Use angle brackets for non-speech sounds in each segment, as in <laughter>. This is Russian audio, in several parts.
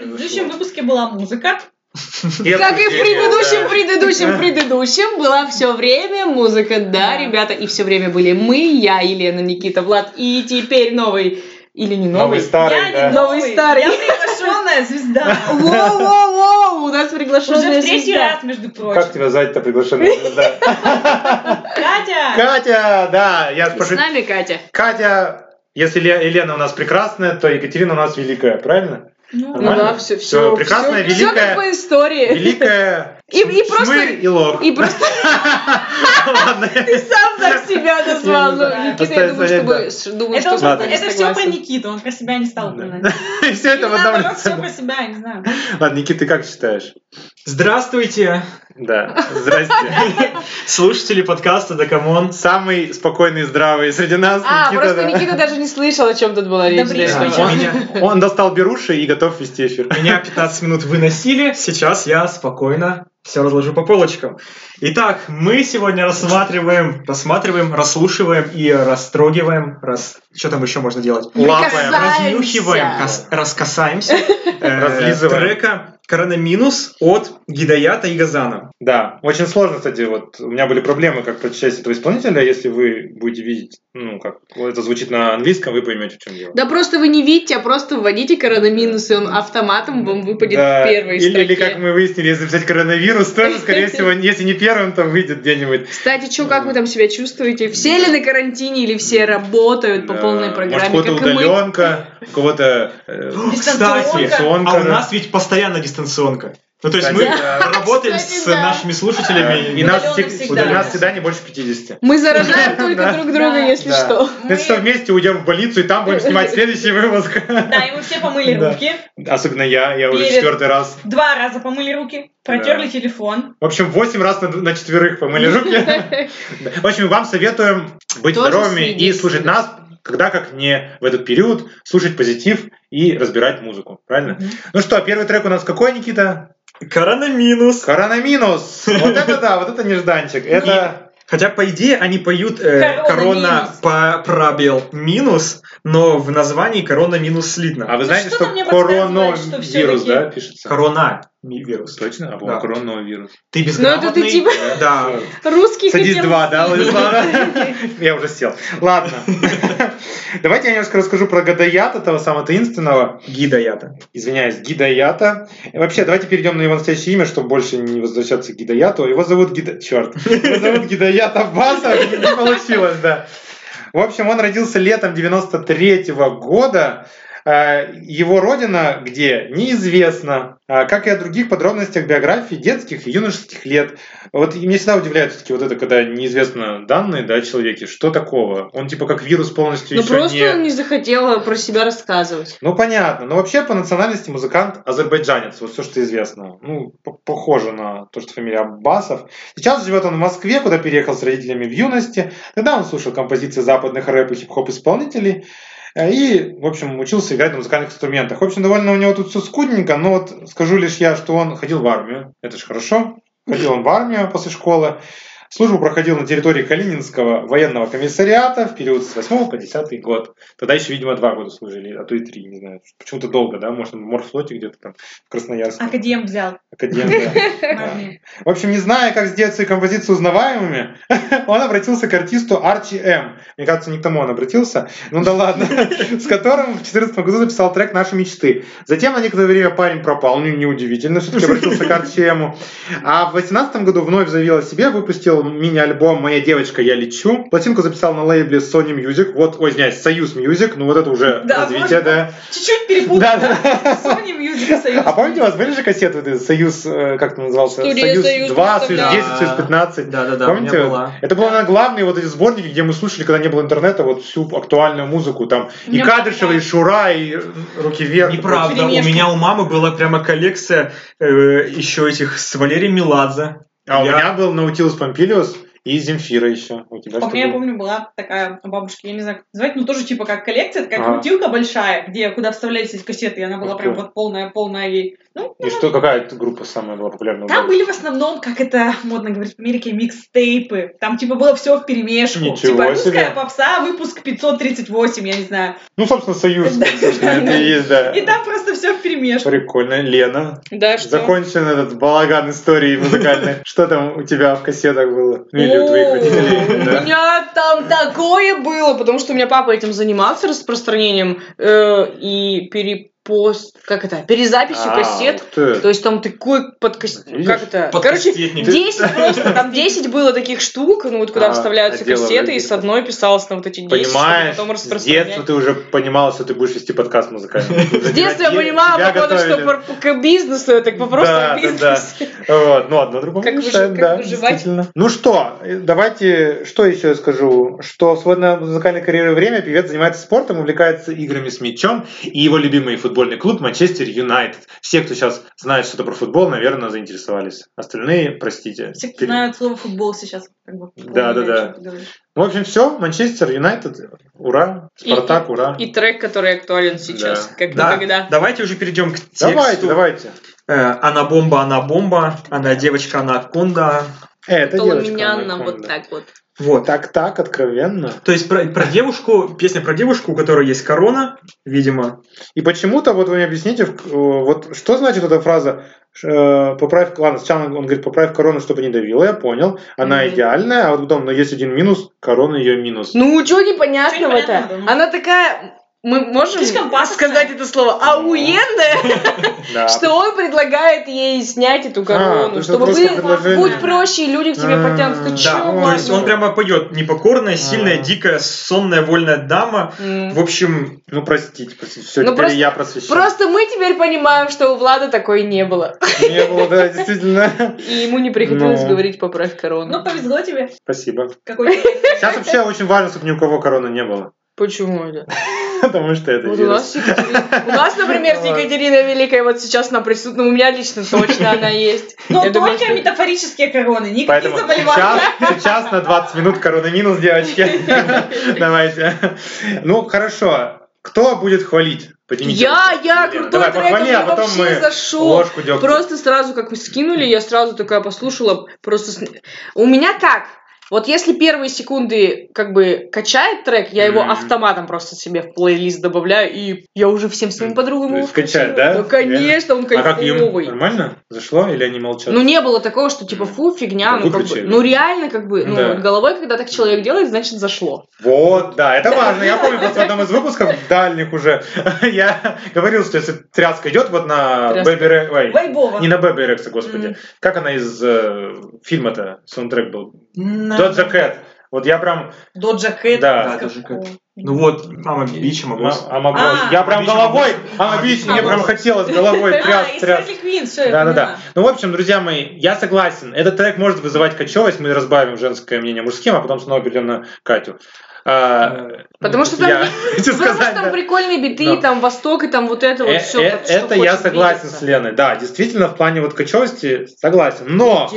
предыдущем выпуске была музыка. Как и в предыдущем, предыдущем, предыдущем была все время музыка, да, ребята, и все время были мы, я, Елена, Никита, Влад, и теперь новый или не Новый новый? старый, я не да. Новый новый, старый. я приглашенная звезда. Воу-воу-воу, у нас Уже приглашенная в третий звезда. раз, между Как прочим. тебя звать-то приглашенная <laughs> звезда? Катя! Катя, да, я И С пошутил. нами Катя. Катя, если Ле- Елена у нас прекрасная, то Екатерина у нас великая, правильно? Ну, Ну Нормально? да, Всё все, все. прекрасное, Все как великое. по истории. Великая И- и просто- шмырь и лох. И просто <laughs> Ладно. <laughs> ты сам так себя назвал. Ну, Я не знаю. Никита, я думаю, что Остается, вы с- думаю, Это, что он- с это тобой не все про согласен. Никиту, он про себя не стал Да. <laughs> упоминать. И все это Или в наоборот, одном все лице. про себя, я не знаю. Ладно, Никита, ты как считаешь? Здравствуйте, Да, здрасте. <laughs> слушатели подкаста «Да камон». Самый спокойный и здравый среди нас. А, просто да. Никита даже не слышал, о чем тут была речь. до блин, этого. что Да, Он он достал беруши и готов вести эфир. Меня 15 минут выносили, сейчас я спокойно все разложу по полочкам. Итак, мы сегодня рассматриваем, рассматриваем, расслушиваем и растрогиваем, раз... что там еще можно делать? Лапаем. Касаемся. Разнюхиваем, кас- раскасаемся э, Разлизываем. трека «Коронаминус» от Гидаята и Газана. Да, очень сложно, кстати, вот у меня были проблемы, как прочесть этого исполнителя, если вы будете видеть, ну, как это звучит на английском, вы поймете, в чем дело. Да просто вы не видите, а просто вводите коронаминус, и он автоматом вам выпадет Да, в первой или, строке. или, как мы выяснили, если взять коронавирус, тоже, скорее всего, <laughs> если не первым, то выйдет где-нибудь. Кстати, что, как вы там себя чувствуете? Все ли на карантине или все работают по Да, полной программе, э, Может, у как и кого-то мы? удаленка, у кого-то... <gasps> э, Кстати, дистанционка. а у нас ведь постоянно дистанционка. Ну, то есть мы Кстати, да. работаем Кстати, с да. нашими э, слушателями. И нас Удалённо всег- у всегда. нас всегда не больше 50. Мы заражаем <laughs> только Да. друг друга, Да. если Да. <laughs> что. Мы- Если что, вместе уйдем в больницу, и там будем <laughs> снимать следующий выпуск. Да, и мы все помыли Да. руки. Особенно я, я уже Перед- четвертый раз. Два раза помыли руки, протерли телефон. В общем, 8 раз на, на четверых помыли руки. <laughs> <laughs> В общем, вам советуем быть Тоже здоровыми и следить. слушать нас, когда как не в этот период, слушать позитив и разбирать музыку. Правильно? Ну что, первый трек у нас какой, Никита? Коронаминус. Коронаминус. Вот это да, вот это нежданчик. Это... Хотя, по идее, они поют э, Корона корона минус». по пробел минус, но в названии корона минус А слитно. вы Ну знаете, что-то что мне подсказывает, что коронавирус, всё-таки- да, пишется? Корона ми- вирус. Точно? А, по-моему, Да. коронавирус. Ты Ну это безграмотный. ты типа Да. Всё. русский Садись хотел два, да, <laughs> съесть. Владислава? Я уже сел. Ладно. <laughs> Давайте я немножко расскажу про Гадаята, того самого таинственного. Гида я-то. извиняюсь, Гидаята. И Вообще, давайте перейдем на его настоящее имя, чтобы больше не возвращаться к Гидаяту. Его зовут Гида... Черт. Его зовут Гидаята Баса. Не получилось, да. В общем, он родился летом 93 года. Э, Его родина где? Неизвестно. А, Как и о других подробностях биографии детских и юношеских лет. Вот и меня всегда удивляет все-таки вот это, когда неизвестно данные да, о человеке. Что такого? Он типа как вирус полностью Ну еще не... просто он не захотел про себя рассказывать. Ну, понятно. Но вообще по национальности музыкант азербайджанец. Вот все, что известно. Ну, п- похоже на то, что фамилия Аббасов. Сейчас живет он в Москве, куда переехал с родителями в юности. Тогда он слушал композиции западных рэп и хип-хоп исполнителей. Э, И, в общем, учился играть на музыкальных инструментах. В общем, довольно у него тут все скудненько, но вот скажу лишь я, что он ходил в армию. Это же хорошо. Ходил он в армию после школы. Службу проходил на территории Калининского военного комиссариата в период с 8 по 10 год. Тогда еще, видимо, два года служили, а то и три, не знаю. Почему-то долго, да? Может, он в морфлоте где-то там, в Красноярске. Академ взял. Академ, да. Марни. В общем, не зная, как сделать свои композиции узнаваемыми, <laughs> он обратился к артисту Арчи М. Мне кажется, не к тому он обратился. Ну да ладно. С которым в 2014 году записал трек «Наши мечты». Затем на некоторое время парень пропал. Ну, неудивительно, что таки обратился к Арчи Эму. А в 2018 году вновь заявил о себе, выпустил мини-альбом «Моя девочка, я лечу». Пластинку записал на лейбле Sony Music. Вот, ой, извиняюсь, Союз Music. Ну, вот это уже Да, развитие, можно. да. Чуть-чуть перепутал. Да, да, да. Sony Music Союз. А помните, у вас были же кассеты, вот эти, Союз, э, как это назывался? Студия «Союз» Союз 2, Союз представляла. 10, Союз 15. Да-да-да, у меня Помните? была. Это было, наверное, главные вот эти сборники, где мы слушали, когда не было интернета, вот всю актуальную музыку. Там У и меня Кадышева, была- и Шура, и Руки вверх. Неправда, у Перемешки. меня у мамы была прямо коллекция еще этих с Валерием Меладзе. А у Я- меня был Наутилус Помпилиус И Земфира еще. У тебя По что мне, я было? помню, была такая у бабушки, я не знаю, как это называть, ну тоже типа как коллекция, такая Ага. крутилка большая, где куда вставлялись эти кассеты, и она была А. Ух прям ты. вот полная-полная ей. Ну, И что, какая эта группа самая была популярная? у Там бабушек? были в основном, как это модно говорить в Америке, микстейпы. Там типа было все в перемешку. Ничего типа русская себе. попса, выпуск 538, я не знаю. Ну, собственно, Союз. Да, собственно, да, это да. и есть, да. И там просто все в перемешку. Прикольно. Лена, Да, что? закончен этот балаган истории музыкальной. Что там у тебя в кассетах было? Ну, или у твоих О, родителей? У да? меня там такое было, потому что у меня папа этим занимался распространением э, и перепост, как это, перезаписью А, кассет. ух ты. То есть там такой под кас- Видишь? как это, Под короче, <laughs> кассетник. 10 просто, там 10 было таких штук, ну вот куда А, вставляются отделывали кассеты, и с где-то. одной писалось на вот эти 10, чтобы Понимаешь, потом с распространять. детства ты уже понимала, что ты будешь вести подкаст музыкальный. <laughs> С детства я понимала, походу, что пор- к бизнесу, я так вопрос Да, да, о да. бизнесе. Вот, ну, одно другому Как не выжи- мешает, как да, выживать. действительно. Ну что, э, давайте, что еще я скажу? Что в свободное от музыкальной карьеры время певец занимается спортом, увлекается играми с мячом, и его любимый футбольный клуб Манчестер Юнайтед. Все, кто сейчас знает что-то про футбол, наверное, заинтересовались. Остальные, простите. Все, кто Пере- знают слово футбол сейчас. Как бы, Да, да, да. о чём ты говоришь. Ну, В общем, все, Манчестер Юнайтед, ура, И- Спартак, ура. И трек, который актуален сейчас, Да. как Да, никогда. давайте уже перейдем к тексту. Давайте, давайте. Э, Она бомба, она бомба, она девочка, она конда. Э, Это девочка. Толумяна, анаконда. вот так вот. Вот. Так-так, откровенно. То есть про, про девушку, песня про девушку, у которой есть корона, видимо. И почему-то, вот вы мне объясните, в- э, вот что значит эта фраза ш- э, «поправь, ладно, сначала он говорит, поправь корону, чтобы не давила, я понял, она Мгм. идеальная, а вот потом, но есть один минус, корона ее минус. Ну, чего непонятного-то? непонятного, ну. Она такая... Мы можем Слишком пафосно. сказать это слово ауенда, Да. <laughs> А, что он предлагает ей снять эту то корону, есть чтобы это были- просто предложение. будь проще, и люди к тебе А, потянутся. Ты да, чё, да, то ладно? есть он прямо поет непокорная, сильная, А. дикая, сонная, вольная дама. М. В общем, Ну, простите, простите, все, Ну, теперь просто- я просвещен. <laughs> Просто мы теперь понимаем, что у Влада такой не было. Мне было, да, действительно. И ему не приходилось Ну. говорить «поправь Ну, корону». повезло тебе. Спасибо. <laughs> Какой Сейчас вообще очень важно, чтобы ни у кого короны не было. <laughs> Почему это? Потому что это Вот у вирус. нас, Екатерина- у нас, например, с Екатериной Великой вот сейчас она присутствует. Ну, у меня лично точно она есть. Но Я думаю, только что- метафорические короны, никаких Поэтому заболеваний. сейчас, сейчас на 20 минут корона минус, девочки. <laughs> Давайте. Ну, хорошо. Кто будет хвалить? Поднимите Я, руку. я, Лена, крутой Давай, трек, похвали, я а потом вообще мы зашел. ложку дёгтя. Просто сразу, как мы скинули, я сразу такая послушала. Просто с- у меня как? Вот если первые секунды как бы качает трек, я его Мгм. автоматом просто себе в плейлист добавляю, и я уже всем своим Мгм. подругам То его есть качает, включила. да? Ну, конечно, он А как им? кайфовый. Нормально? Зашло или они молчат? Ну, не было такого, что типа фу, фигня, ну, как бы, Выключили. ну реально, как бы, ну, Да. вот головой, когда так человек делает, значит, зашло. Вот, да, это важно. Я помню, просто в одном из выпусков дальних уже <laughs> я говорил, что если тряска идет вот на Тряска. Бэби Рэ- ой, Вайбова. Не на Бэби Рекса, господи. Мгм. Как она из э, фильма-то, саундтрек был? Доджа Доджа Кэт. Вот я прям... Доджа Кэт. Да. Да, Доджа Кэт. Ну вот, мама бича могла. Ма- Амагос. А, Я прям Амабич, головой... Амабич. Амабич, мне Амабич. прям хотелось головой А, тряс, из тряс. Харли Квинн, все, я Да, да, да. поняла. Ну, в общем, друзья мои, я согласен. Этот трек может вызывать кочевость. Мы разбавим женское мнение мужским, а потом снова перейдем на Катю. А, Потому что там я есть- <laughs> хочу Потому <laughs> что сказать, там да. прикольные биты, Да. там Восток и там вот это вот Э, все. э, Это я согласен с Леной. Да, действительно, в плане вот кочевости согласен. Но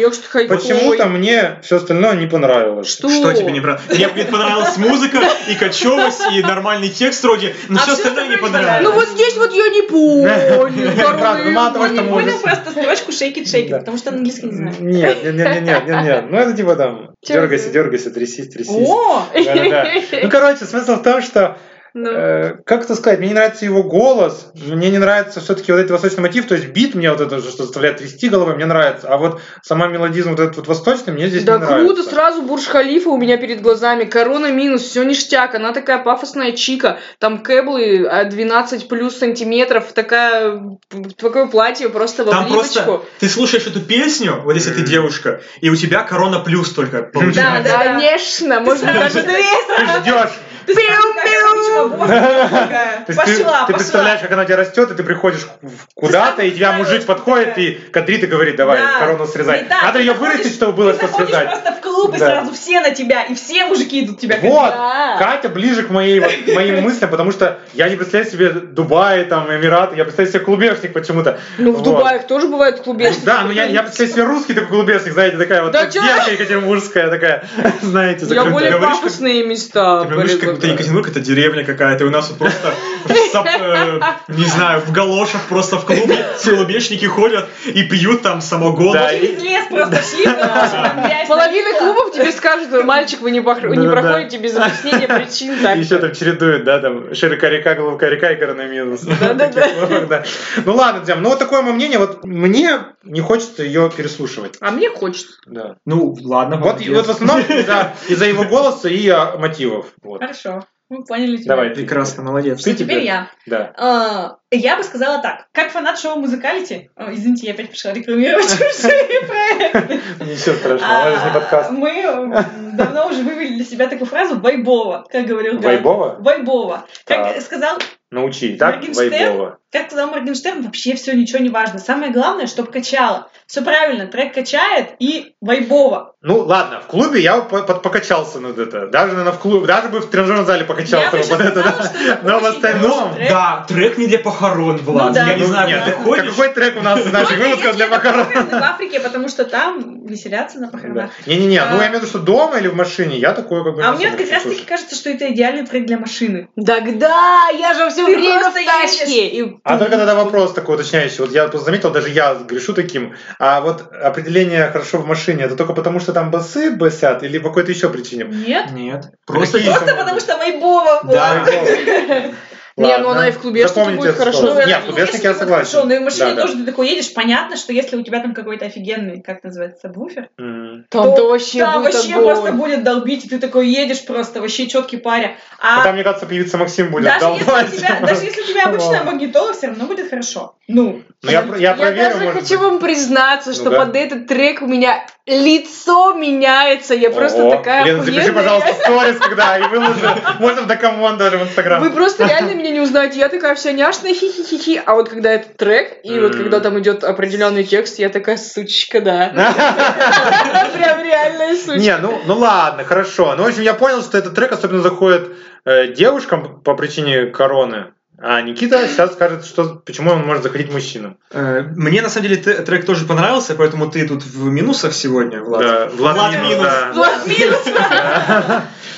почему-то мне все остальное не понравилось. Что? Что тебе не понравилось? Мне, мне понравилась музыка, и кочевость, и нормальный текст вроде, но А все всё остальное не остальное не понравилось. Ну вот здесь вот я не понял. <laughs> Правда, ну, мало того, король, что не Я можно- понял. Понял просто строчку shake it, shake it, Да. потому что английский не знаю. Нет, нет, нет, нет, нет, нет, нет. Ну это типа там Чё дергайся, это? дергайся, трясись, трясись. О! Да-да-да. <laughs> Ну, короче, смысл в том, что, Ну, э, как это сказать, мне не нравится его голос, мне не нравится все-таки вот этот восточный мотив, то есть бит мне вот это, что заставляет трясти головой, мне нравится, а вот сама мелодизм вот этот вот восточный мне здесь Да не нравится. круто, сразу Бурж Халифа у меня перед глазами, корона минус, все ништяк, она такая пафосная чика, там кэблы а, 12 плюс сантиметров, такая, м, такое платье просто во Там плиточку. просто ты слушаешь эту песню, вот если ты Мгм. девушка, и у тебя корона плюс только Да, Да, получается. да. конечно, можно даже две. Ты ждешь, Ты знаешь, как Пиу-пиу. они почему боже такая? То есть ты, Пошла, ты пошла. представляешь, как она у тебя растет, и ты приходишь в- куда-то, и тебя мужик подходит, и кадрит и говорит, давай Да. корону срезай. Не так, Надо ты ее заходишь- вырастить, чтобы было ты что заходишь срезать. просто в клуб, и Да. сразу все на тебя, и все мужики идут тебя Вот, Да. Катя ближе к моей, вот- к моим мыслям, потому что я не представляю себе Дубай, там, Эмираты, я представляю себе клубешник почему-то. Ну, в Вот. Дубаях тоже бывают клубешники. Да, ну я, я представляю себе русский такой клубешник, знаете, такая вот Да чё? девка екатеринбургская такая, <laughs> знаете, Я закрытая. более Говоришь, как- пафосные места. Ты понимаешь, как будто Екатеринбург это деревня какая-то, и у нас вот просто, в сап- э, не знаю, в галошах просто в <laughs> клубе клубешники ходят и пьют там самогон. Да, и- Через лес просто шли, потому что там грязь Половина налипла. клубов тебе скажут, мальчик, <laughs> вы не, пох- не Да-да-да. проходите без объяснения причин так. И еще там чередуют, да, там широка река, глубокая река и коронавирус. Да-да-да. Таких словах, да. Ну ладно, Дем, ну вот такое мое мнение, вот мне не хочется ее переслушивать. А мне хочется. Да. Ну, ладно, Вот, и вот в основном из-за, из-за его голоса и а, мотивов. Вот. Хорошо, мы поняли тебя. Давай, ты. Прекрасно, молодец. Что теперь я? Да. Э, Я бы сказала так. Как фанат шоу музыкалити, Э, извините, я опять пришла рекламировать <laughs> чужие проекты. Ничего страшного, А, это ну, же не подкаст. Мы э, давно уже вывели для себя такую фразу «вайбово», как ну говорил Ган. Вайбова? Вайбово. Как Так. сказал, Научи. Так, Моргенштерн? Вайбова. как сказал Моргенштерн, вообще все ничего не важно. Самое главное, чтобы качало. Все правильно, трек качает и вайбово. Ну ладно, в клубе я по- под- покачался над это. Даже, наверное, в клубе, даже бы в тренажерном зале Я бы покачался бы еще под это. сказала, да. что это Но в очень остальном, хороший трек. Да, трек не для похорон, Влад. да. Я не Ну, знаю, нет, куда ты как- ходишь. Какой трек у нас из наших Только выпусков если для это похорон? похороны в Африке, потому что там веселятся на похоронах. Не-не-не, А. ну я имею в виду, что дома или в машине, я такое как бы... А не мне особо вот как раз слушаю. таки кажется, что это идеальный трек для машины. Тогда я же все Ты время в просто тачке. и- А только тогда вопрос такой уточняющий. Вот я просто заметил, даже я грешу таким. А вот определение «хорошо в машине» это только потому, что там басы басят или по какой-то еще причине? Нет. Нет. Просто Какие? Просто потому что вайбово. Да. Не, ну она и в клубешнике Запомните будет это хорошо. слово. Ну, это Нет, в не клубешнике если я ты согласен. хорошо, но и в машине Да, да. тоже ты такой едешь, понятно, что если у тебя там какой-то офигенный, как называется, буфер, М. Там-то вообще там будет вообще огонь. просто будет долбить, и ты такой едешь просто вообще четкий паря. А А там, мне кажется, певица Максим будет даже долбать. если, у тебя, даже если у тебя обычная Ладно. магнитола, все равно будет хорошо. Ну, <laughs> Ну, я, про- я Я проверю, даже может хочу быть. вам признаться, Ну что да. под этот трек у меня лицо меняется. Я просто О, такая Лена, запиши, охуенная. пожалуйста, сторис, когда и выложи. Можно в Дакамон даже в Инстаграм. Вы просто реально меня не узнаете. Я такая вся няшная, хи-хи-хи-хи. А вот когда этот трек, и вот М. когда там идет определенный текст, я такая сучка, да. <laughs> <laughs> Прям реальная сучка. Не, ну, ну ладно, хорошо. Ну, в общем, я понял, что этот трек особенно заходит э, девушкам по причине короны. А Никита сейчас скажет, что, почему он может заходить мужчинам. Э, Мне на самом деле т- трек тоже понравился, поэтому ты тут в минусах сегодня, Влад. Да, Влад, Влад минус, минус. да. вот минус,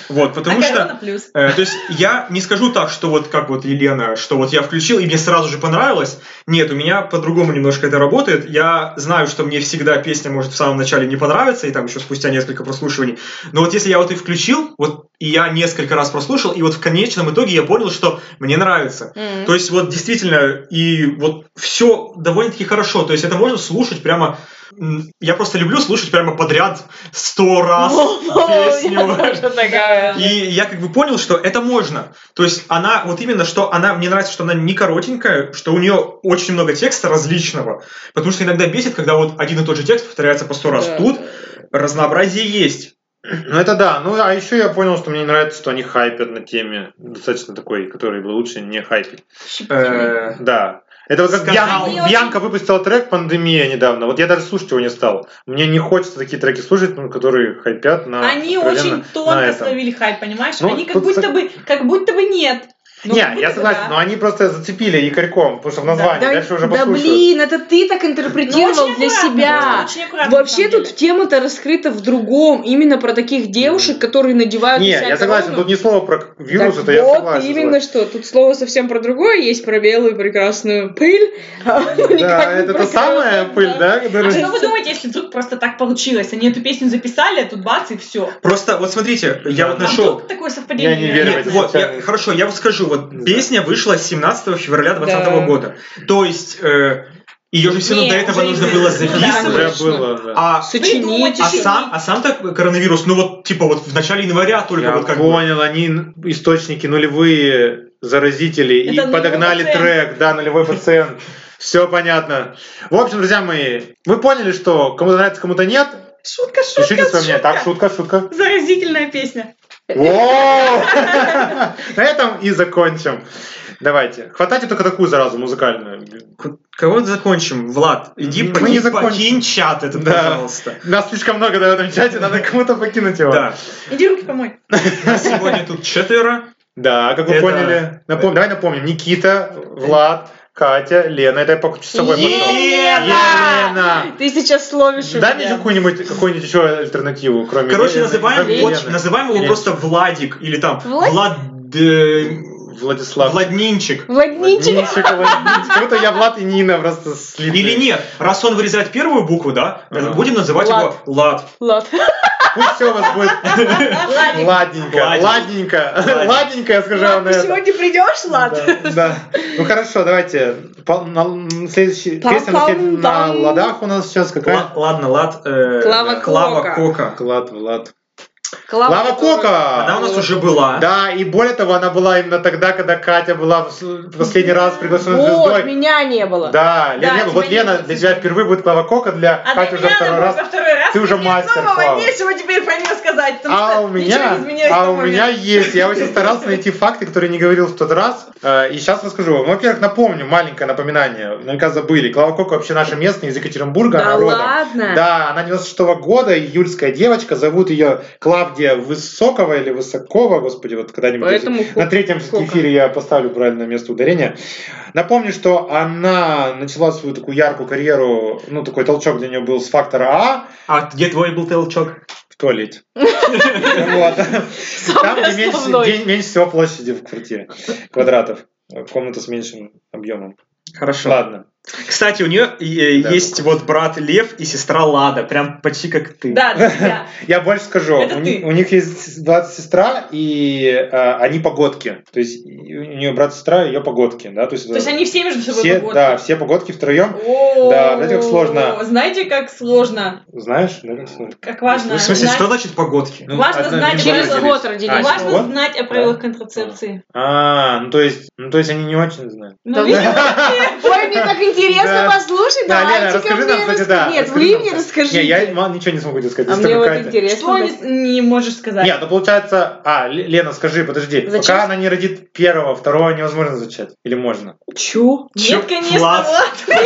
Вот, потому а что. корона плюс. э, то есть я не скажу так, что вот как вот Елена, что вот я включил и мне сразу же понравилось. Нет, у меня по-другому немножко это работает. Я знаю, что мне всегда песня может в самом начале не понравиться, и там еще спустя несколько прослушиваний. Но вот если я вот и включил, вот и я несколько раз прослушал, и вот в конечном итоге я понял, что мне нравится. М. То есть вот действительно, и вот все довольно-таки хорошо. То есть это можно слушать прямо... м, Я просто люблю слушать прямо подряд сто раз Я песню. тоже такая. И я как бы понял, что это можно. То есть она, вот именно, что она, мне нравится, что она не коротенькая, что у нее очень много текста различного. Потому что иногда бесит, когда вот один и тот же текст повторяется по сто раз. Да. Тут разнообразие есть. <laughs> Ну, это да. Ну, а еще я понял, что мне не нравится, что они хайпят на теме. Достаточно такой, который бы лучше не хайпить. Э, Да. Это вот как Скандал. Бьян- Бьянка выпустила трек «Пандемия» недавно. Вот я даже слушать его не стал. Мне не хочется такие треки слушать, ну, которые хайпят на... Они откровенно очень А, на тонко этом. словили хайп, понимаешь? Ну, Они как тут будто сог- бы, как будто бы нет. Но не, как будто я бы согласен, да. но они просто зацепили якорьком, потому что в названии, Ну, Да, дальше уже да послушают. блин, это ты так интерпретировал Ну, очень для аккуратно, себя. да, очень аккуратно, Вообще на самом тут тема-то раскрыта в другом, именно про таких девушек, которые надевают Не, на себя я согласен, корону. тут ни слова про вирус, Так это я вот, согласен. с именно вами. что, тут слово совсем про другое, есть про белую прекрасную пыль. <laughs> а никак Да, не это про та самая красную, пыль, да? А которая- что вы думаете, если вдруг просто так получилось? Они эту песню записали, а тут бац и все. Просто вот смотрите, я вот А нашел... вдруг такое совпадение? Я не верю в Нет, это вот, я- социальные- хорошо, я вот скажу, вот Да. песня вышла 17 февраля 2020 Да. года. То есть ее же все равно Не, до этого уже нужно не- было ну да, записывать. Уже Конечно. было, да. А, Сочинить. Придумать. а сам, а сам так коронавирус, ну вот типа вот в начале января только Я вот как бы. понял, они источники нулевые заразители Это и нулевой подогнали пациент. трек, да, нулевой пациент. Все понятно. В общем, друзья мои, мы поняли, что кому-то нравится, кому-то нет. Шутка, шутка, Пишите свое мнение. шутка. Э, Так, шутка, шутка. Заразительная песня. О! э. На этом и закончим. Давайте. Хватайте только такую заразу музыкальную. К- Кого закончим? Влад, иди Мы покинь, не закончим. покинь чат этот, Да. пожалуйста. Нас слишком много да, в этом чате, надо кому-то покинуть его. Да. Иди руки <laughs> помой. Нас сегодня тут четверо. Да, как вы Это- э, поняли. Напом- Давай напомним. Никита, Влад, Катя, Лена. Это я покучу с собой. пошел. Елена! Ты сейчас словишь у Дай мне меня. еще какую-нибудь какую-нибудь еще альтернативу, кроме Короче, Елены. называем, Кроме вот- Елены. называем его Лен. просто Владик или там Влад- Влад... э, Владислав. Владнинчик. Владничек. Владимирчик, Владимирчик. Как будто я Влад и Нина просто слили. Или нет, раз он вырезает первую букву, да, э, Ага. будем называть Влад. его Лад. Лад. Пусть все у вас будет Ладно. ладненько. Ладненько. Ладненько. Ладненько, я скажу вам Ладно, на ты это. сегодня придешь, ладно? Да, да. Ну хорошо, давайте. Пол- на- Следующая Пам-пам-пам. песня на след- на ладах у нас сейчас какая? Ла- Ладно, Лад. э, Клава да, Клава Кока. Кока. Влад, Влад. Клава, Лава Она у Кока! нас уже была. Да, и более того, она была именно тогда, когда Катя была в с- в последний раз приглашена Вот, звездой. меня не было. Да, Лен- Да, Лен, тебя вот не Лена, было. для тебя впервые будет Клава Кока, для А Кати для уже меня второй она раз. будет во второй раз. Ты уже и мастер, Мне Клава. снова нечего теперь про нее сказать, потому А что у ничего меня, не изменилось в а тот у момент. меня есть. Я очень старался найти факты, которые не говорил в тот раз. Э, И сейчас расскажу вам. Во-первых, напомню, маленькое напоминание. Наверняка забыли. Клава Кока вообще наша местная из Екатеринбурга. Да она родом. ладно? Да, она 96 года, июльская девочка. Зовут ее Клавдия Высокова или Высокова. Господи, вот когда-нибудь... Поэтому Кока. На третьем Кока. эфире я поставлю правильное место ударения. Напомню, что она начала свою такую яркую карьеру, ну, такой толчок для нее был с фактора А, А где твой был толчок? в <laughs> туалете. Вот. Там, где меньше, основной. где меньше всего площади в квартире, квадратов. Комната с меньшим объемом. Хорошо. Ладно. Кстати, у нее э, Да. есть вот брат Лев и сестра Лада, прям почти как ты. <laughs> Да, друзья. Я больше скажу. Это у, ты. ни- у них есть брат и сестра, и э, они погодки. То есть и- у нее брат и сестра, ее погодки. Да? То есть, То есть они все между собой все, погодки? да, все погодки втроем. О, Да, знаете, как сложно. Знаете, как сложно, Знаешь? да, как сложно? как важно В смысле, знать, что значит погодки? Ну, Важно одна- знать, либо через разделись. год родились. А, важно вот. знать о правилах контрацепции. А, ну то есть, ну то есть они не очень знают. Ну, Да вы- <laughs> видите, Ой, мне так интересно Да. послушать. Да, Лена, Давайте-ка расскажи типа мне нам, кстати, рас- да. Нет, расскажи вы нам, мне кстати. расскажите. Не, я ма- ничего не смогу тебе сказать. А здесь мне только вот Катя. интересно. что да. не, не можешь сказать? Нет, ну получается... А, Л- Лена, скажи, подожди. Зачем? Пока она не родит первого, второго невозможно зачать. Или можно? Чу. Нет, Чё, конечно, класс. вот.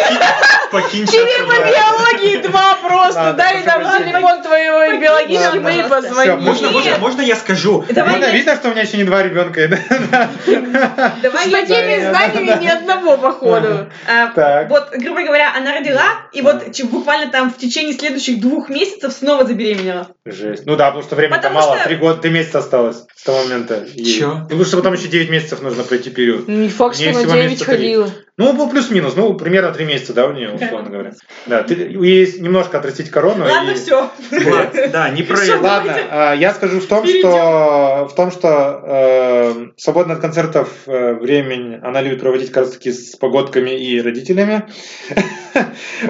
Покинь Тебе по биологии два просто. Ладно, Дай нам прошу прощения. телефон твоего биологички, Ладно. мы ей Всё, позвоним. Можно, Нет. можно, можно я скажу? Давай видно, я- видно, что у меня еще не два <laughs> ребенка. <laughs> Давай С я- такими Да, знаниями да, ни одного, походу. А, Так. Вот, грубо говоря, она родила, и вот ч- буквально там в течение следующих двух месяцев снова забеременела. Жесть. Ну да, потому что времени-то Потому мало. что- Три года, три месяца осталось с того момента. ей. Чё? Ну, что потом еще 9 месяцев нужно пройти период. Не факт, Мне что на всего 9 месяца три. ходила. Ну, был плюс-минус, ну, примерно 3 месяца, да, у нее, условно говоря. Да, ты, ей немножко отрастить корону. Ладно, Ну и- все. Влад, <laughs> да, не про Всё, это. Ладно, а, я скажу в том, Перейдём. что в том, что э, свободное от концертов э, время она любит проводить как раз таки с погодками и родителями. <laughs>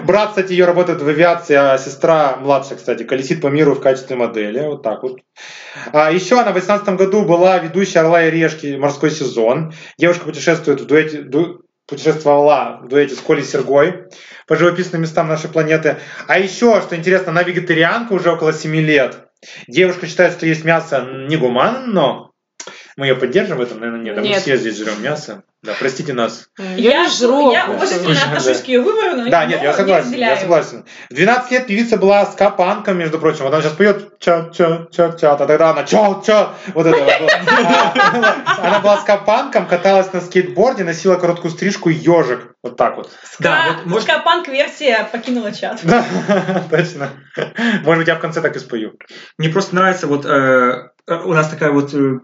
Брат, кстати, ее работает в авиации, а сестра младшая, кстати, колесит по миру в качестве модели. Вот так вот. А еще она в 2018 году была ведущей «Орла и решки. Морской сезон». Девушка путешествует в дуэте, ду- путешествовала в дуэте с Колей Сергой по живописным местам нашей планеты. А еще, что интересно, она вегетарианка уже около 7 лет. Девушка считает, что есть мясо негуманно. Мы ее поддержим в этом? Наверное, нет. А Мы Нет. все здесь жрем мясо. Да, простите нас. Я не жру. Я охотно. уважительно Да. отношусь к ее выбору, но Да, нет, я но согласен, я разделяю. согласен. В 12 лет певица была ска-панком, между прочим. Вот она сейчас поет ча ча ча ча а тогда она ча ча вот это вот. было. А, Она была ска-панком, каталась на скейтборде, носила короткую стрижку ежик. Вот так вот. Да, Ска- вот можно... Ска-панк-версия покинула чат. Да, <laughs> точно. Может быть, я в конце так и спою. Мне просто нравится вот э, э, у нас такая вот э,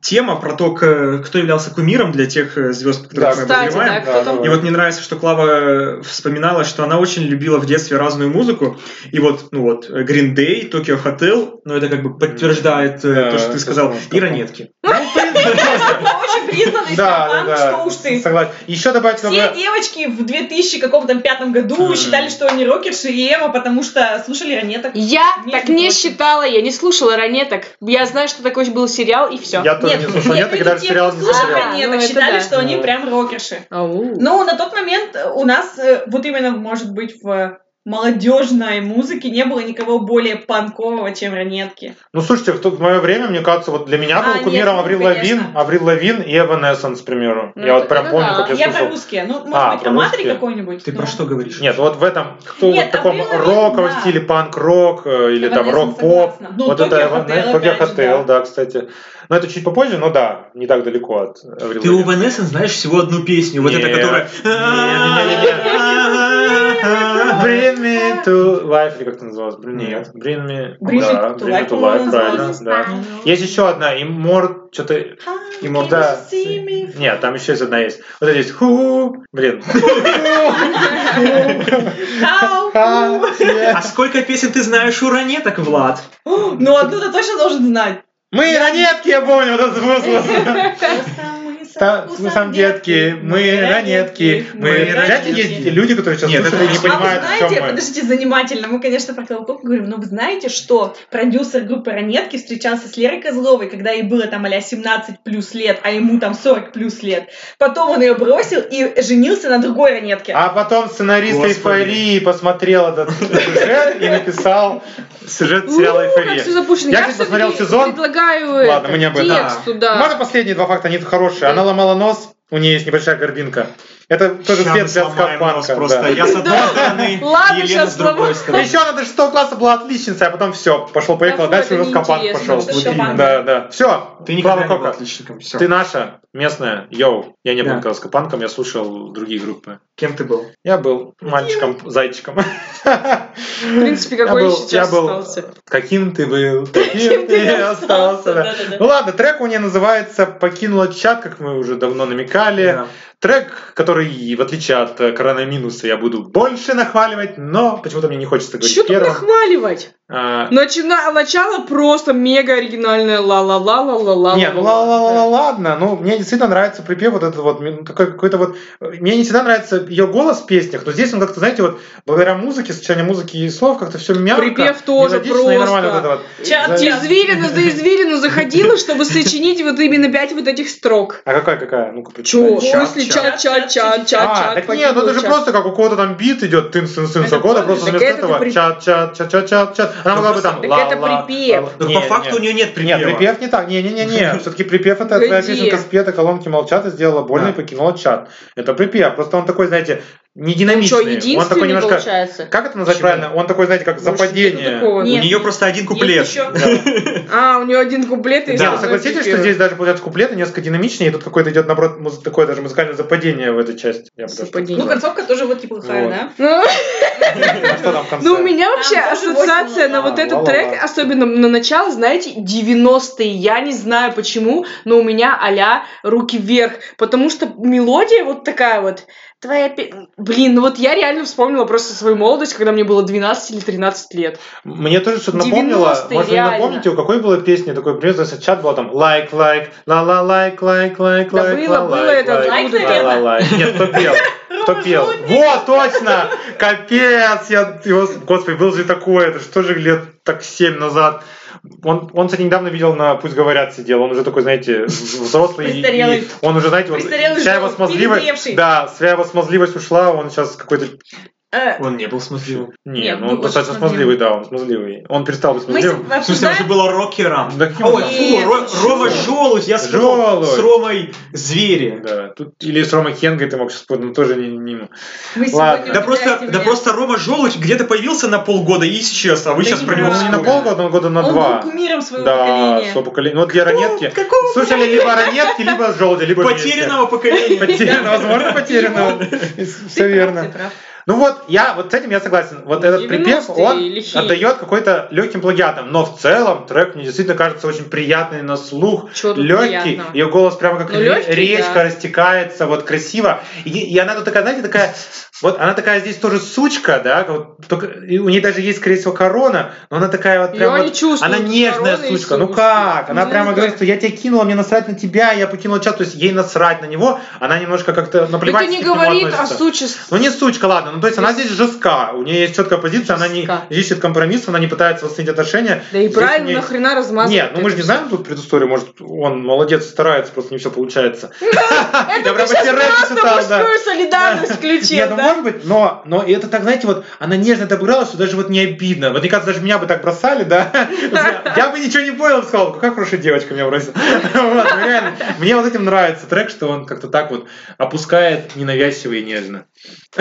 тема про то, к- кто являлся кумиром для тех э, звезд, которых мы Кстати, обозреваем. да, кто там? И вот мне нравится, что Клава э, вспоминала, что она очень любила в детстве разную музыку. И вот, ну вот, э, Green Day, Tokyo Hotel, ну это как бы подтверждает э, Да, то, что это ты сказал, потому что- и ранетки. Ну, <laughs> <laughs> Очень признанный Да, да, ска-панк, да. что уж ты. Согласен. Еще добавить Все девочки в 2000 каком-то пятом году Мгм. считали, что они рокерши и эмо, потому что слушали ранеток. Я Между так не прочим. считала, я не слушала ранеток. Я знаю, что такой был сериал, и все. Я тоже не Нет, слушал нет, нет, и даже те, сериал кто не слушал смотрел. смотрел. ранеток, А, ну это считали, да. что они Ну, Да. прям рокерши. Но на тот момент э, у нас, э, вот именно, может быть, в молодежной музыки не было никого более панкового, чем ранетки. Ну, слушайте, в, то, в мое время, мне кажется, вот для меня был А, нет, кумиром ну, Аврил конечно. Лавин, Аврил Лавин и Эванессенс, к примеру. Ну, я это- вот прям это помню, да. как я, Я про слушал. русские. Ну, может А, быть, про Аматри русские. какой-нибудь? Ты Ну. про что говоришь? Нет, вот в этом, кто Нет, вот в таком Аврил Лавин, роковом да. стиле панк-рок э, или там Evanescence, рок-поп, согласна. Ну, вот Tokyo это Hotel, Эван- Tokyo опять же, Hotel, да, кстати. Но это чуть попозже, но да, не так далеко от Аврил Ты у Лавин. Ванессы знаешь всего одну песню, вот Нет. эта, которая... Bring me to life, или как это называлось? Bring- Нет, bring me, Bring me да, to bring me life, to по-моему, life, правильно, называлось. да. Есть еще одна, Immort, что-то How И can морда. you see me? Нет, там еще есть одна есть. Вот здесь ху, блин. <laughs> How? Ха, А yeah. сколько песен ты знаешь у ранеток, Влад? О, <gasps> Ну, одну ты точно должен знать. Мы ранетки, я помню, вот этот смысл. Та- Мы сам детки, мы ранетки, мы ранетки. Есть люди, которые сейчас Нет, слушают это и не точно. понимают, а о вы чем знаете, мы. подождите, занимательно, мы, конечно, про Колобков говорим, но вы знаете, что продюсер группы «Ранетки» встречался с Лерой Козловой, когда ей было там а 17 плюс лет, а ему там 40 плюс лет. Потом он ее бросил и женился на другой «Ранетке». А потом сценарист Господи. «Эйфории» посмотрел этот сюжет и написал сюжет сериала Ну, Как все «Эйфория». запущено. Я, кстати, всё-таки посмотрел сезон. Предлагаю Ладно, мы не об этом. текст Можно туда. последние два факта, они хорошие. Она ломала нос, у нее есть небольшая горбинка. Это тоже Ща мы цвет сломаем взятка нос панка. Просто да. я с одной стороны, Ладно, и Елена щас с другой сломаю. стороны. Еще она до 6 класса была отличницей, а потом все, пошел поехал, Кому дальше это уже капан неинтересно, пошел. что Вот Шопен. именно. Да, да. Все. Ты никогда не был отличником. Все. Ты наша, местная, йоу. Я не был Да. кавказскопанком, я слушал другие группы. Кем ты был? Я был мальчиком, зайчиком. <laughs> В принципе, Я какой был- я сейчас был, остался. Каким ты <laughs> был, каким ты остался. да. Да-да-да. Ну ладно, трек у нее называется «Покинула чат», как мы уже давно намекали. Да. Трек, который, в отличие от э, коронаминуса, я буду больше нахваливать, но почему-то мне не хочется говорить Че тут первым. нахваливать? А, Начина... Начало просто мега оригинальное ла-ла-ла-ла-ла-ла. Не, ну ла- ла- ла- ладно, ну мне действительно нравится припев вот этот вот, м, такой какой-то вот, э, мне не всегда нравится ее голос в песнях, но здесь он как-то, знаете, вот благодаря музыке, сочетанию музыки и слов, как-то все мягко, Припев тоже мелодично и нормально вот просто. это вот. Чат, За- чат. Извилина за извилину заходила, чтобы сочинить вот именно пять вот этих строк. А какая, какая? Ну-ка, Чё? прочитай. В смысле чат, чат, чат, чат, А, чат. так нет, ну это же чат. просто как у кого-то там бит идет, тын сын сын Это какого-то, просто- просто так вместо это ты этого при- чат, чат, чат, чат, чат, чат. Она могла бы там Так это ла-ла, припев. ла-ла. Но Не, по факту не. у нее нет припева. Нет, припев не так. Не-не-не-не. <laughs> Все-таки припев это Да твоя иди. песенка спета, колонки молчат, и сделала больно и Да. покинула чат. Это припев. Просто он такой, знаете, не Ну чё, динамичный. Он такой единственный немножко... получается? Как это назвать Почему? правильно? Он такой, знаете, как Может, <laughs> что-то западение. такого. У Нет. нее просто один куплет. Есть еще. <laughs> А, у нее один куплет и Да, сразу вы согласитесь, припев. что здесь даже получается куплеты несколько динамичнее, и тут какое-то идет, наоборот, муз- такое даже музыкальное западение в этой части. Я бы даже так Западение. Ну, сказал. концовка тоже вот неплохая, Вот. да? Ну, А что там в конце? Ну, у меня вообще Там тоже ассоциация восемь на вот ла-ла, этот ла-ла-ла. трек, особенно на начало, знаете, 90-е. Я не знаю почему, но у меня а-ля руки вверх. Потому что мелодия вот такая вот. Твоя пе- Блин, ну вот я реально вспомнила просто свою молодость, когда мне было 12 или 13 лет. Мне тоже что-то напомнило. 90-е, Может, вы реально. напомните, у какой была песни такой привет, если чат был там лайк, лайк, ла-ла, лайк, лайк, лайк, Да лайк, было, ла-лайк, было это лайк, откуда-то. ла-ла, лайк». Нет, кто пел? Кто пел? Вот, точно! Капец! Я его... Господи, был же такое, это что же лет так семь назад. Он, он, кстати, недавно видел на «Пусть говорят» сидел. Он уже такой, знаете, взрослый. и- Престарелый. и он уже, знаете, вот, Престарелый вся его жук, смазливость... перезревший. Да, вся его смазливость ушла, он сейчас какой-то Э, Он не был смазливым. не, Нет, ну ну он вот достаточно смотрим. смазливый, да, он смазливый. Он перестал быть Мы с- смазливым. В смысле, он же обсуждаем... был рокером. Да кем Ой, он? фу, Ро- Рома Желудь, я спутал Желудь. с Ромой Звери. Да, тут или с Ромой Хенгой ты мог сейчас спутать, но тоже не мимо. мы сегодня Ладно. удивляете Да просто, меня. да просто Рома Желудь где-то появился на полгода и сейчас, а вы Да сейчас не про Да. него знаю. Ну, не на вспомнили. полгода, но года на Он два. был кумиром своего Да, поколения. сто поколений. Ну, вот для ранетки. какого Слушали либо ранетки, либо желтые, либо Потерянного вместе. поколения. Потерянного, возможно, потерянного. Ну, Ты Все прав, верно. ты прав. Ну вот, я вот с этим я согласен. Вот этот припев, 90-е он лихие. отдает какой-то легким плагиатом. Но в целом трек мне действительно кажется очень приятный на слух. Чё тут Легкий, приятного? ее голос прямо как Ну, ре- лёгкий, речка да. растекается, вот красиво. И, и она тут такая, знаете, такая, вот она такая здесь тоже сучка, да, вот, только, и у нее даже есть, скорее всего, корона, но она такая вот Её прям не вот, чувствуют, она нежная короны и сучка. Ну сучки. как? Она Ну, прямо да. говорит, что я тебя кинула, мне насрать на тебя, я покинула чат, то есть ей насрать на него, она немножко как-то наплевать. Это не к нему говорит о относится. существе. Ну не сучка, ладно. Ну то есть она здесь жестка, у нее есть четкая позиция, она не Жестка. ищет компромисс, она не пытается восстановить отношения. Да и Здесь у правильно нее- нахрена размазывать. Нет, ну мы же не это знаем тут предысторию, может он молодец, старается, просто не все получается. всё. Я Ну, Это прям <laughs> ты сейчас эти рэпы просто читал, да. мужскую <laughs> солидарность Нет, включил, ну да? может быть, но, но это так, знаете, вот она нежно добралась, что даже вот не обидно. Вот мне кажется, даже меня бы так бросали, <laughs> да. Я бы ничего не понял, сказал, какая хорошая девочка меня бросила. <laughs> Вот, ну реально, Мне вот этим нравится трек, что он как-то так вот опускает ненавязчиво и нежно. <laughs>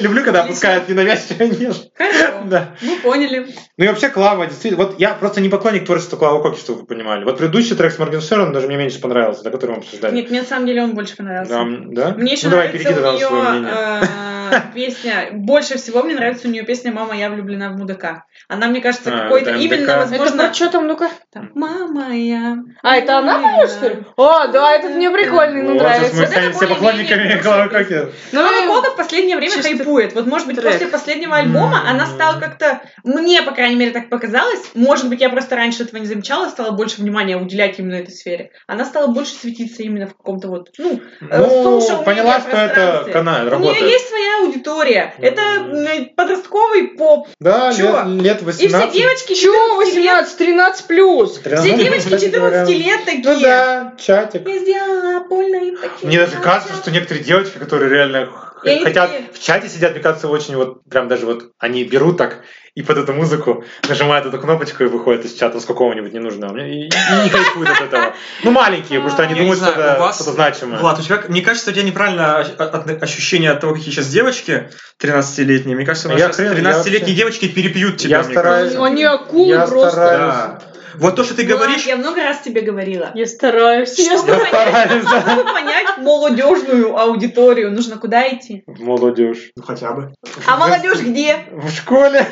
Люблю, когда опускают ненавязчиво и нежно. Хорошо. Да. Мы поняли. Ну и вообще Клава, действительно, вот я просто не поклонник творчества Клавы Коки, чтобы вы понимали. Вот предыдущий трек с Моргенштерном даже мне меньше понравился, до которого мы обсуждали. Нет, мне на самом деле он больше понравился. Да, м, да? Мне еще ну давай, перейди нравится тогда у э, на свое мнение. нее песня. Больше всего мне нравится у нее песня «Мама, я влюблена в мудака». Она, мне кажется, А, какой-то это именно, МДК. Это возможно... про что там, ну-ка? там, Мама, я... А, это она поет, что ли? О, да, этот мне прикольный, ну, Вот, сейчас мы нравится. станем все более-менее поклонниками хорошая Клавы песня. Коки. Ну, Клава Кока в последнее время чисто хайпует. Вот, может быть, трек. после последнего альбома М. она стала как-то... Мне, по крайней мере, так показалось. Может быть, я просто раньше этого не замечала, стала больше внимания уделять именно этой сфере. Она стала больше светиться именно в каком-то вот... Ну, Э, social Ну, media поняла, что это пространстве. канал у нее работает. М-м-м. есть своя аудитория. Это М. м, подростковый поп. Да, Чё? лет- лет И все 18. девочки... Чего 14 лет- 18, 13 плюс? Все девочки 14 лет Ну такие. да, чатик. Я сделала больно им такие. Мне даже кажется, глаза. что некоторые девочки, которые реально х- И они хотят такие- в чате сидят, мне кажется, очень вот прям даже вот они берут так и под эту музыку нажимают эту кнопочку и выходят из чата с какого-нибудь ненужного. Мне- И, и не хайпуют от этого. Ну, маленькие, потому что они Я думают, не что знаю, у это вас- что-то значимое. Влад, у тебя, мне кажется, у тебя неправильно о- о- ощущение от того, какие сейчас девочки 13-летние. Мне кажется, у нас Я сейчас хрен- я 13-летние вообще- девочки перепьют тебя. Я мне стараюсь. кажется. Они акулы Я просто. Да. Вот то, что ты Влад, говоришь, Ну, а Я много раз тебе говорила. Я стараюсь. Я Чтобы Я понять- стараюсь, да. чтобы понять молодежную аудиторию, нужно куда идти? Молодежь. ну хотя бы. А молодежь где? В школе?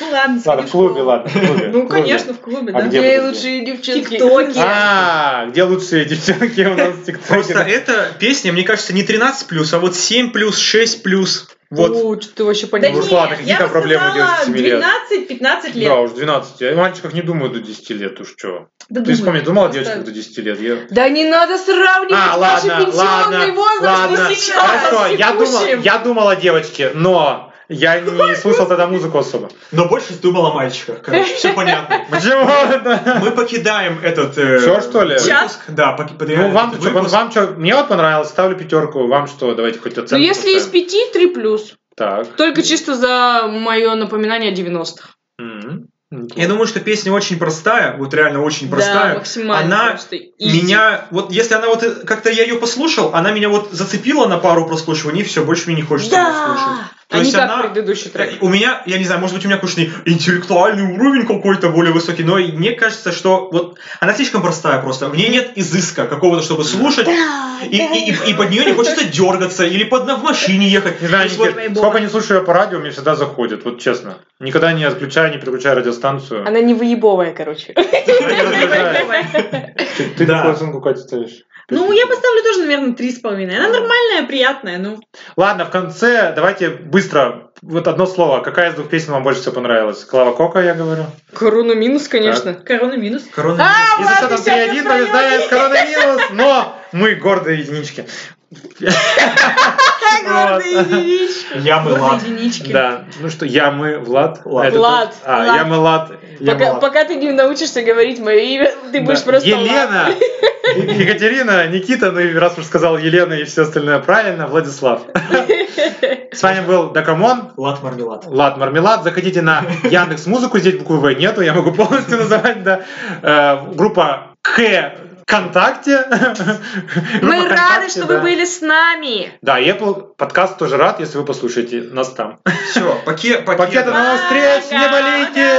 Ну ладно, Ладно, сходи в в школу. клубе, ладно. в клубе, в Ну, клубе. конечно, в клубе, А да. где? Ей подожди. лучшие девчонки. Тиктоки. А, где лучшие девчонки у нас в ТикТоке? Просто да? эта песня, мне кажется, не 13 плюс, а вот 7 плюс, 6 плюс. Вот. Вот. что ты Да вообще Ну, понимаешь? не, ладно, какие я там бы проблемы у сказала, 97 лет? 12-15 лет. Да, уж 12. Я о мальчиках не думаю до 10 лет, уж что. Да Ты думаю, вспомни, думал о просто- девочках до 10 лет? Я- Да не надо сравнивать А, наши ладно, пенсионный ладно, возраст ладно. и сейчас. Хорошо, я думал, текущий. я думал о девочке, но я не слушал тогда музыку особо. Но больше думал о мальчиках. Короче, все понятно. Почему? Да. Мы покидаем этот... э, Всё, что ли? Выпуск. Да, поки- Ну, покидаем вам этот что, выпуск. вам что, мне вот понравилось, ставлю пятерку, вам что, давайте хоть оценку Ну, если из поставим. пяти, три плюс. Так. Только чисто за мое напоминание о 90-х. М. Я думаю, что песня очень простая, вот реально очень Да, простая. максимально Она просто. Изи. Меня, вот если она вот э, как-то я ее послушал, она меня вот зацепила на пару прослушиваний, все, больше мне не хочется её слушать. Да! То А не есть как она- предыдущий трек. Э, У меня, я не знаю, может быть, у меня какой-то интеллектуальный уровень какой-то более высокий, но и мне кажется, что вот она слишком простая просто. В ней нет изыска какого-то, чтобы слушать, и, и- и- и под нее не хочется дергаться, или под на- в <laughs> машине ехать. Не знаю, То есть вот- Никит, сколько не слушаю ее по радио, мне всегда заходит, вот честно. Никогда не отключаю, не переключаю радиостанцию. Она не выебовая, короче. Ты, ты Да. какую оценку, Катя, ставишь? Ну, я поставлю тоже, наверное, 3,5. Она нормальная, приятная, ну. Ладно, в конце давайте быстро, вот одно слово. Какая из двух песен вам больше всего понравилась? Клава Кока, я говорю. Корона минус, конечно. Корона минус. Корона- А! И за счетом Ладно, всё, 3-1 мы побеждает коронавирус, но мы гордые единички. Гордые единички. Я был Гордые лад. единички. Да, ну что, я, мы, Влад. Влад. Это Влад, тот- А, Влад. я, мы, Влад. Я был Пока, лад. пока ты не научишься говорить мое имя, ты Да. будешь просто... Елена, <laughs> Екатерина, Никита, ну и раз уж сказал Елена и все остальное правильно, <laughs> Владислав. С вами был Дакамон, Лад мармелад. Влад Мармелад. Заходите на Яндекс Музыку, здесь буквы В нету, я могу полностью <laughs> называть, да. Э, Группа К ВКонтакте. <laughs> Мы Группа рады, ВКонтакте, что вы да. были с нами. Да, и Apple подкаст тоже рад, если вы послушаете нас там. Все, пакет, Пакеты пакет. на нас встреч, не болейте!